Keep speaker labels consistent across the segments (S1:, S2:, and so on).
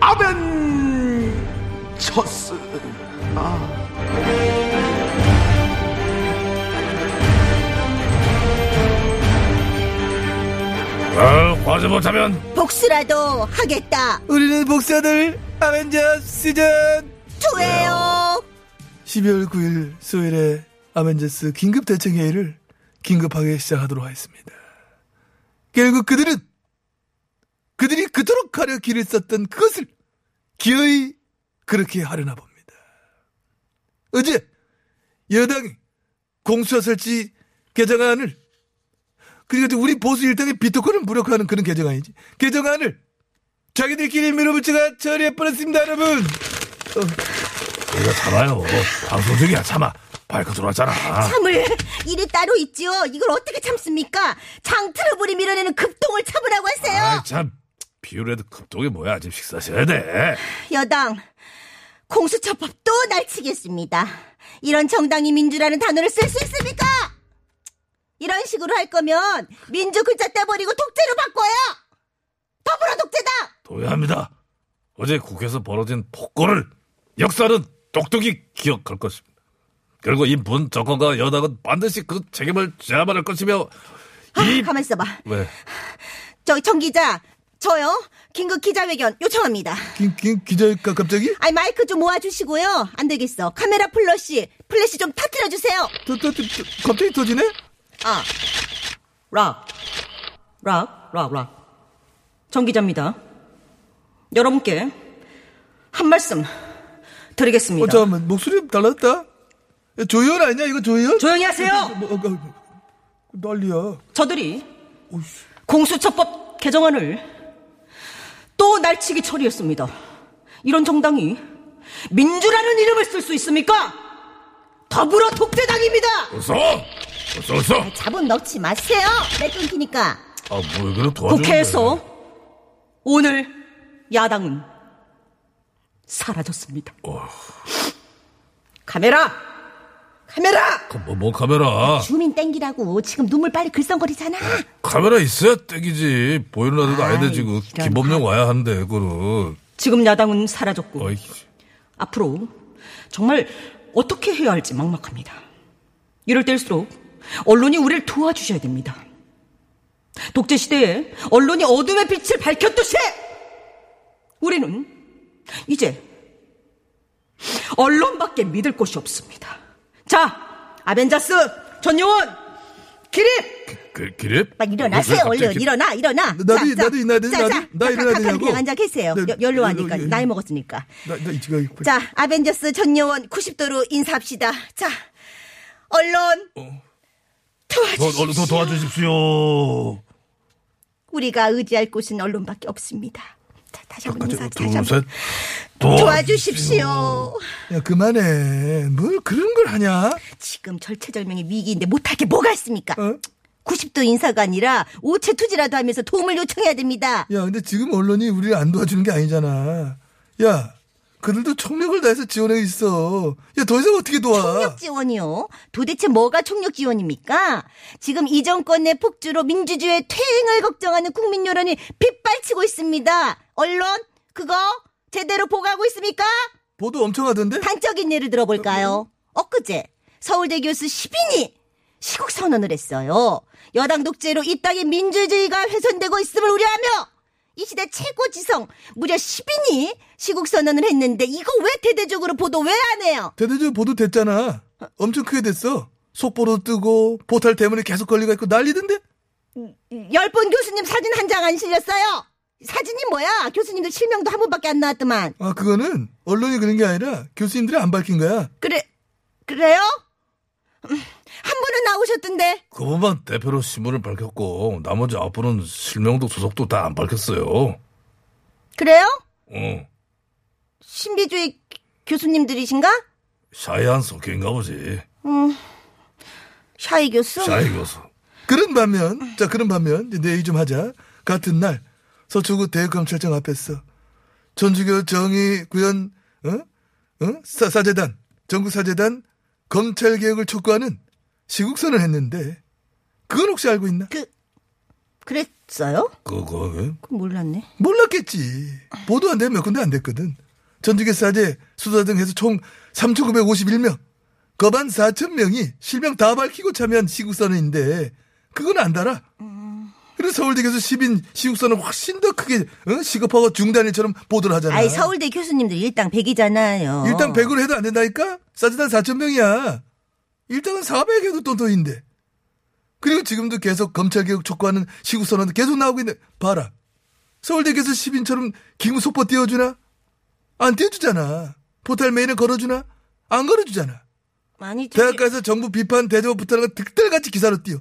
S1: 아벤처스. 아.
S2: 아, 과제 못하면
S3: 복수라도 하겠다.
S4: 우리는 복사들 아벤져스 시즌
S3: 투예요.
S4: 12월 9일 수요일에 아벤져스 긴급 대책 회의를 긴급하게 시작하도록 하겠습니다. 결국 그들은 그들이 그토록 가려 길을 썼던 그것을 기어이 그렇게 하려나 봅니다. 어제 여당이 공수처 설치 개정안을 그러니까 우리 보수 일당의 비토권을 무력화하는 그런 개정안이지 개정안을 자기들끼리 밀어붙여가 처리해 버렸습니다 여러분
S2: 우리가 참아요. 방송 중이야 참아. 발크 들어왔잖아.
S3: 참을 일이 따로 있지요. 이걸 어떻게 참습니까? 장 트러블이 밀어내는 급동을 참으라고 하세요.
S2: 아, 참 비율에도 급동이 뭐야. 지금 식사하셔야 돼.
S3: 여당 공수처법 또 날치겠습니다. 이런 정당이 민주라는 단어를 쓸 수 있습니까? 이런 식으로 할 거면 민주 글자 떼버리고 독재로 바꿔요. 더불어 독재당.
S2: 동의합니다. 어제 국회에서 벌어진 폭거를 역사는 똑똑히 기억할 것입니다. 그리고 이분 정권과 여당은 반드시 그 책임을 제압할 것이며
S3: 아,
S2: 이
S3: 가만 있어봐.
S2: 왜?
S3: 저기 정 기자, 저요 긴급 기자회견 요청합니다.
S4: 긴, 긴, 기자일까 갑자기?
S3: 아이 마이크 좀 모아주시고요. 안 되겠어. 카메라 플러시 플래시 좀 터트려 주세요.
S4: 또, 또, 또, 또, 갑자기 터지네? 어,
S5: 아, 락, 락, 락, 락. 정 기자입니다. 여러분께 한 말씀
S4: 어,
S5: 드리겠습니다.
S2: 그러니까.
S4: 잠깐만, 목소리 달랐다? 조연 아니야? 이거 조연?
S5: 조용히 하세요.
S4: 뭐, 어, 어, 난리야.
S5: 저들이 공수처법 개정안을 또 날치기 처리했습니다. 이런 정당이 민주라는 이름을 쓸 수 있습니까? 더불어 독재당입니다.
S2: 웃어! 웃어 웃어!
S3: 잡은 넣지 마세요. 내 끊기니까.
S2: 아, 뭐 이거는 도와주는
S5: 국회에서 오늘 야당은 사라졌습니다. 카메라! 카메라!
S2: 뭐, 뭐 카메라.
S3: 주민 땡기라고 지금 눈물 빨리 글썽거리잖아.
S2: 카메라 있어야 땡기지. 보이는 라도 아야 되지. 그
S5: 이런
S2: 김범용 와야 한대, 그거는.
S5: 지금 야당은 사라졌고
S2: 어이.
S5: 앞으로 정말 어떻게 해야 할지 막막합니다. 이럴 때일수록 언론이 우리를 도와주셔야 됩니다. 독재 시대에 언론이 어둠의 빛을 밝혔듯이 우리는 이제 언론밖에 믿을 곳이 없습니다. 자, 아벤자스 전요원 기립
S2: 그, 기립?
S3: 막 일어나세요.
S2: 왜 갑자기
S3: 얼른
S2: 이렇게-
S3: 일어나 일어나.
S4: 나도 일- 나도 일어나야 되지, 나도? 나 일어나야
S3: 칸
S4: 되냐고?
S3: 그냥 앉아 계세요.
S4: 네,
S3: 여- 연로하니까
S4: 네, 네,
S3: 나이
S4: 네.
S3: 먹었으니까.
S4: 나, 나, 지금.
S3: 자 아벤져스 전요원 90도로 인사합시다. 자 언론
S2: 더, 얼른 더
S3: 도와주십시오.
S2: 도와주십시오.
S3: 우리가 의지할 곳은 언론밖에 없습니다. 자 다시 한번 인사. 다시
S2: 둘,
S3: 한번
S2: 셋. 도와-
S3: 도와주십시오.
S4: 야, 그만해. 뭘 그런 걸 하냐?
S3: 지금 절체절명의 위기인데 못하게 뭐가 있습니까?
S4: 어?
S3: 90도 인사가 아니라 오체 투지라도 하면서 도움을 요청해야 됩니다.
S4: 야, 근데 지금 언론이 우리를 안 도와주는 게 아니잖아. 야, 그들도 총력을 다해서 지원해 있어. 야, 더 이상 어떻게 도와?
S3: 총력 지원이요? 도대체 뭐가 총력 지원입니까? 지금 이 정권의 폭주로 민주주의의 퇴행을 걱정하는 국민 여론이 빗발치고 있습니다. 언론 그거 제대로 보고하고 있습니까?
S4: 보도 엄청 하던데?
S3: 단적인 예를 들어볼까요? 엊그제 서울대 교수 10인이 시국 선언을 했어요. 여당 독재로 이 땅의 민주주의가 훼손되고 있음을 우려하며 이 시대 최고 지성 무려 10인이 시국 선언을 했는데 이거 왜 대대적으로 보도 왜 안 해요?
S4: 대대적으로 보도 됐잖아. 엄청 크게 됐어. 속보로 뜨고, 포탈 때문에 계속 걸리고 있고 난리던데?
S3: 열번 교수님 사진 한 장 안 실렸어요. 사진이 뭐야? 교수님들 실명도 한 번밖에 안 나왔더만.
S4: 아, 그거는 언론이 그런 게 아니라 교수님들이 안 밝힌 거야.
S3: 그래 그래요? 음, 한 번은 나오셨던데
S2: 그분만 대표로 신문을 밝혔고, 나머지 앞으로는 실명도 소속도 다 안 밝혔어요.
S3: 그래요?
S2: 어.
S3: 신비주의 교수님들이신가?
S2: 샤이한 속인가 보지.
S3: 샤이 교수?
S2: 샤이 교수.
S4: 그런 반면, 자, 그런 반면, 이제 내 얘기 좀 하자. 같은 날, 서초구 대검찰청 앞에서 천주교 정의 구현, 어? 어? 사, 사재단, 전국사재단 검찰개혁을 촉구하는 시국선을 했는데, 그건 혹시 알고 있나?
S3: 그, 그랬어요?
S2: 그거 왜?
S3: 그 몰랐네.
S4: 몰랐겠지. 보도 안 되면 몇 군데 안 됐거든. 전주교 사제 수사 등 해서 총 3,951명. 거반 4,000명이 실명 다 밝히고 참여한 시국선언인데 그건 안 달아. 그래서 서울대 교수 10인 시국선언 훨씬 더 크게 어? 시급하고 중단일처럼 보도를 하잖아.
S3: 아이, 서울대 교수님들 일당 100이잖아요.
S4: 일당 100으로 해도 안 된다니까? 사제단 4,000명이야. 일당은 400에도 또 더인데. 그리고 지금도 계속 검찰개혁 촉구하는 시국선언 계속 나오고 있는 봐라. 서울대교수 10인처럼 기무속보 띄워주나? 안 띄워주잖아. 포털 메인에 걸어주나? 안 걸어주잖아.
S3: 많이
S4: 대학가에서 정부 비판 대접 부탁하는 득달같이 기사로 띄워.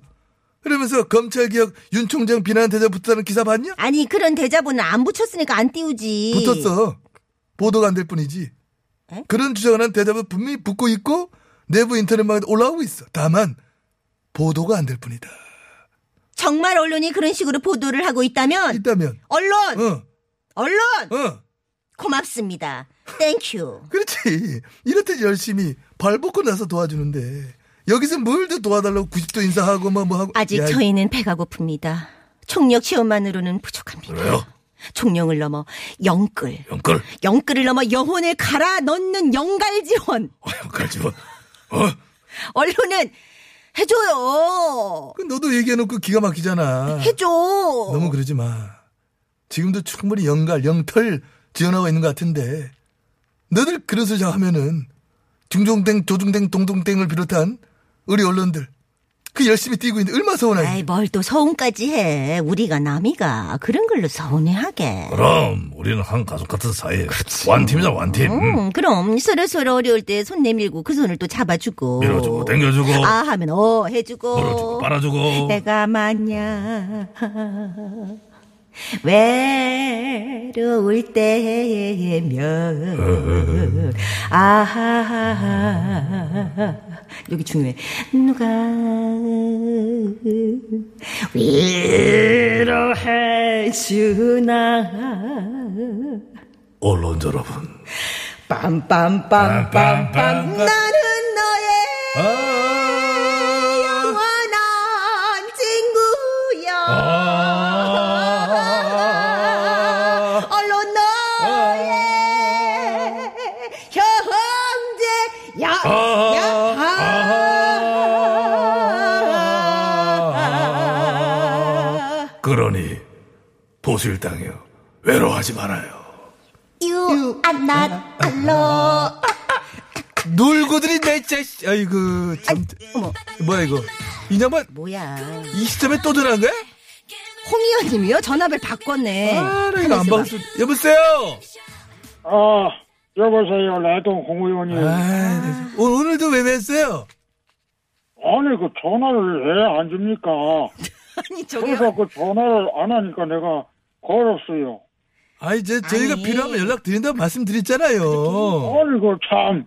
S4: 그러면서 검찰개혁 윤 총장 비난 대접 부탁하는 기사 봤냐?
S3: 아니, 그런 대자본은 안 붙였으니까 안 띄우지.
S4: 붙었어. 보도가 안 될 뿐이지.
S3: 에?
S4: 그런 주장을 한 대답은 분명히 붙고 있고 내부 인터넷망에 올라오고 있어. 다만 보도가 안 될 뿐이다.
S3: 정말 언론이 그런 식으로 보도를 하고 있다면
S4: 있다면
S3: 언론,
S4: 어,
S3: 언론
S4: 어.
S3: 고맙습니다. 땡큐.
S4: 그렇지. 이렇듯 열심히 발 벗고 나서 도와주는데 여기서 뭘 더 도와달라고 90도 인사하고 뭐 뭐 하고
S3: 아직
S4: 야,
S3: 저희는 배가 고픕니다. 총력 체험만으로는 부족합니다.
S2: 그래요?
S3: 총력을 넘어 영끌,
S2: 영끌.
S3: 영끌을 넘어 영혼을 갈아 넣는 영갈지원.
S2: 어, 영끌 지원. 어?
S3: 언론은 해줘요.
S4: 그 너도 얘기해놓고 기가 막히잖아.
S3: 해줘. 어.
S4: 너무 그러지 마. 지금도 충분히 영갈 영털 지원하고 있는 것 같은데 너들 그런 소리 하면은 중종땡 조중땡 동동땡을 비롯한 우리 언론들 그 열심히 뛰고 있는데 얼마나
S3: 아이
S2: 그-
S4: 서운하지.
S3: 뭘 또 서운까지 해. 우리가 남이가 그런 걸로 서운해하게.
S2: 그럼 우리는 한 가족 같은 사이. 완팀이자 완팀.
S3: 음, 그럼 서로 서로 어려울 때 손 내밀고 그 손을 또 잡아주고
S2: 밀어주고 당겨주고.
S3: 아 하면 어 해주고
S2: 물어주고 빨아주고.
S3: 내가 만약 외로울 때면 아하 여기 중요해 누가 위로해 주나
S2: 언론 여러분.
S5: 빰빰빰빰빰. 어.
S3: 나는 너의
S2: 아.
S3: 원한
S5: 어.
S3: 친구야
S2: 아.
S3: 언론 너의 형제 야
S2: 아. 아하. 그러니 보수일당이요 외로워하지 말아요
S3: You are not alone
S4: 놀고들이 내 자식. 아이고 참. 뭐야 이거 이 양반
S3: 뭐야
S4: 이 시점에 또 전화한 거야?
S3: 홍 의원님이요? 전화벨 바꿨네
S4: 아, 나 이거 안
S3: 가만있어봐.
S4: 받았어. 여보세요?
S6: 아, 여보세요, 라동 홍 의원님.
S4: 아, 나 오늘, 오늘도 왜 뵀어요?
S6: 아니, 그 전화를 왜 안 줍니까?
S3: 아니 저기요
S6: 그래서 그 전화를 안 하니까 내가 걸었어요.
S4: 아, 이제 저희가
S3: 아니. 어,
S4: 필요하면 연락드린다고 말씀드렸잖아요.
S6: 아니, 그 참,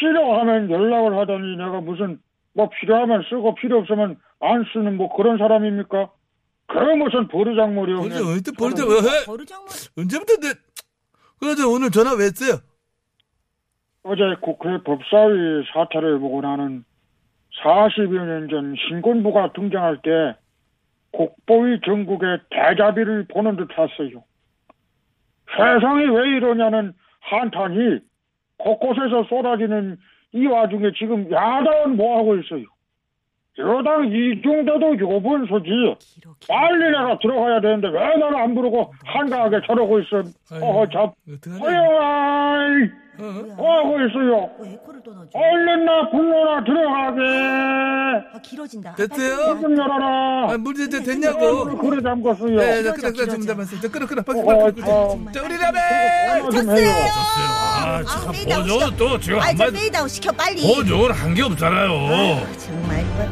S6: 필요하면 연락을 하더니 내가 무슨, 뭐 필요하면 쓰고 필요 없으면 안 쓰는 뭐 그런 사람입니까? 그 무슨 버르장머리요.
S4: 벌써,
S6: 그냥.
S4: 언제, 벌써, 왜, 해?
S3: 거루장만
S4: 언제부터 내, 그러자 오늘 전화 왜 했어요?
S6: 어제 국회 법사위 사태를 보고 나는 40여 년 전 신군부가 등장할 때 국보위 전국의 대자비를 보는 듯 했어요. 세상이 왜 이러냐는 한탄이 곳곳에서 쏟아지는 이 와중에 지금 야당은 뭐하고 있어요? 여당 이중대도 요번 소지 빨리 내가 들어가야 되는데 왜 나를 안 부르고 한가하게 저러고 있어? 어허 참
S4: 어떡하냐.
S6: 허영아이 뭐
S4: 어?
S6: 하고 있어요.
S3: 왜 에코를 또 넣어줘
S6: 얼른 나 불러라 들어가게.
S3: 아 길어진다
S4: 됐어요?
S6: 문 열어라.
S4: 아, 물 이제
S6: 어,
S4: 됐냐고.
S6: 그래 잠궜어요.
S2: 네,
S4: 예, 자,
S3: 길어져,
S4: 끄덕, 끄덕, 좀
S3: 길어져.
S4: 담았어요. 자, 끄덕, 끄덕, 박수,
S6: 어,
S2: 그
S4: 박수, 박수.
S6: 어,
S4: 자, 우리 라벨!
S6: 전화 좀 해요.
S2: 아, 참, 뭐.
S3: 아, 페이드 아웃
S2: 보조는 또 지금
S3: 아이 저
S2: 한마디
S3: 페이드아웃 시켜 빨리
S2: 보조는 한 게 없잖아요
S3: 아유, 정말 이거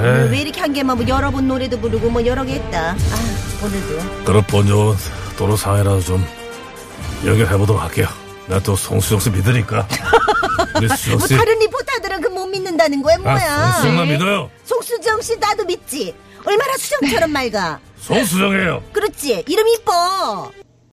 S2: 에이,
S3: 왜 이렇게 한 개만 뭐 여러 번 노래도 부르고 뭐 여러 개 했다 아 오늘도
S2: 그럼 보조는 도로 상해라도 좀 연결해보도록 할게요 나 또 송수영 씨 믿으니까. 우리 수영
S3: 뭐
S2: 씨.
S3: 다른 리포터들은 그 못 믿는다는 거야 네.
S2: 아,
S3: 뭐야?
S2: 송수영만 믿어요.
S3: 송수정 씨 나도 믿지. 얼마나 수정처럼 맑아.
S2: 송수정이에요.
S3: 그렇지. 이름 이뻐.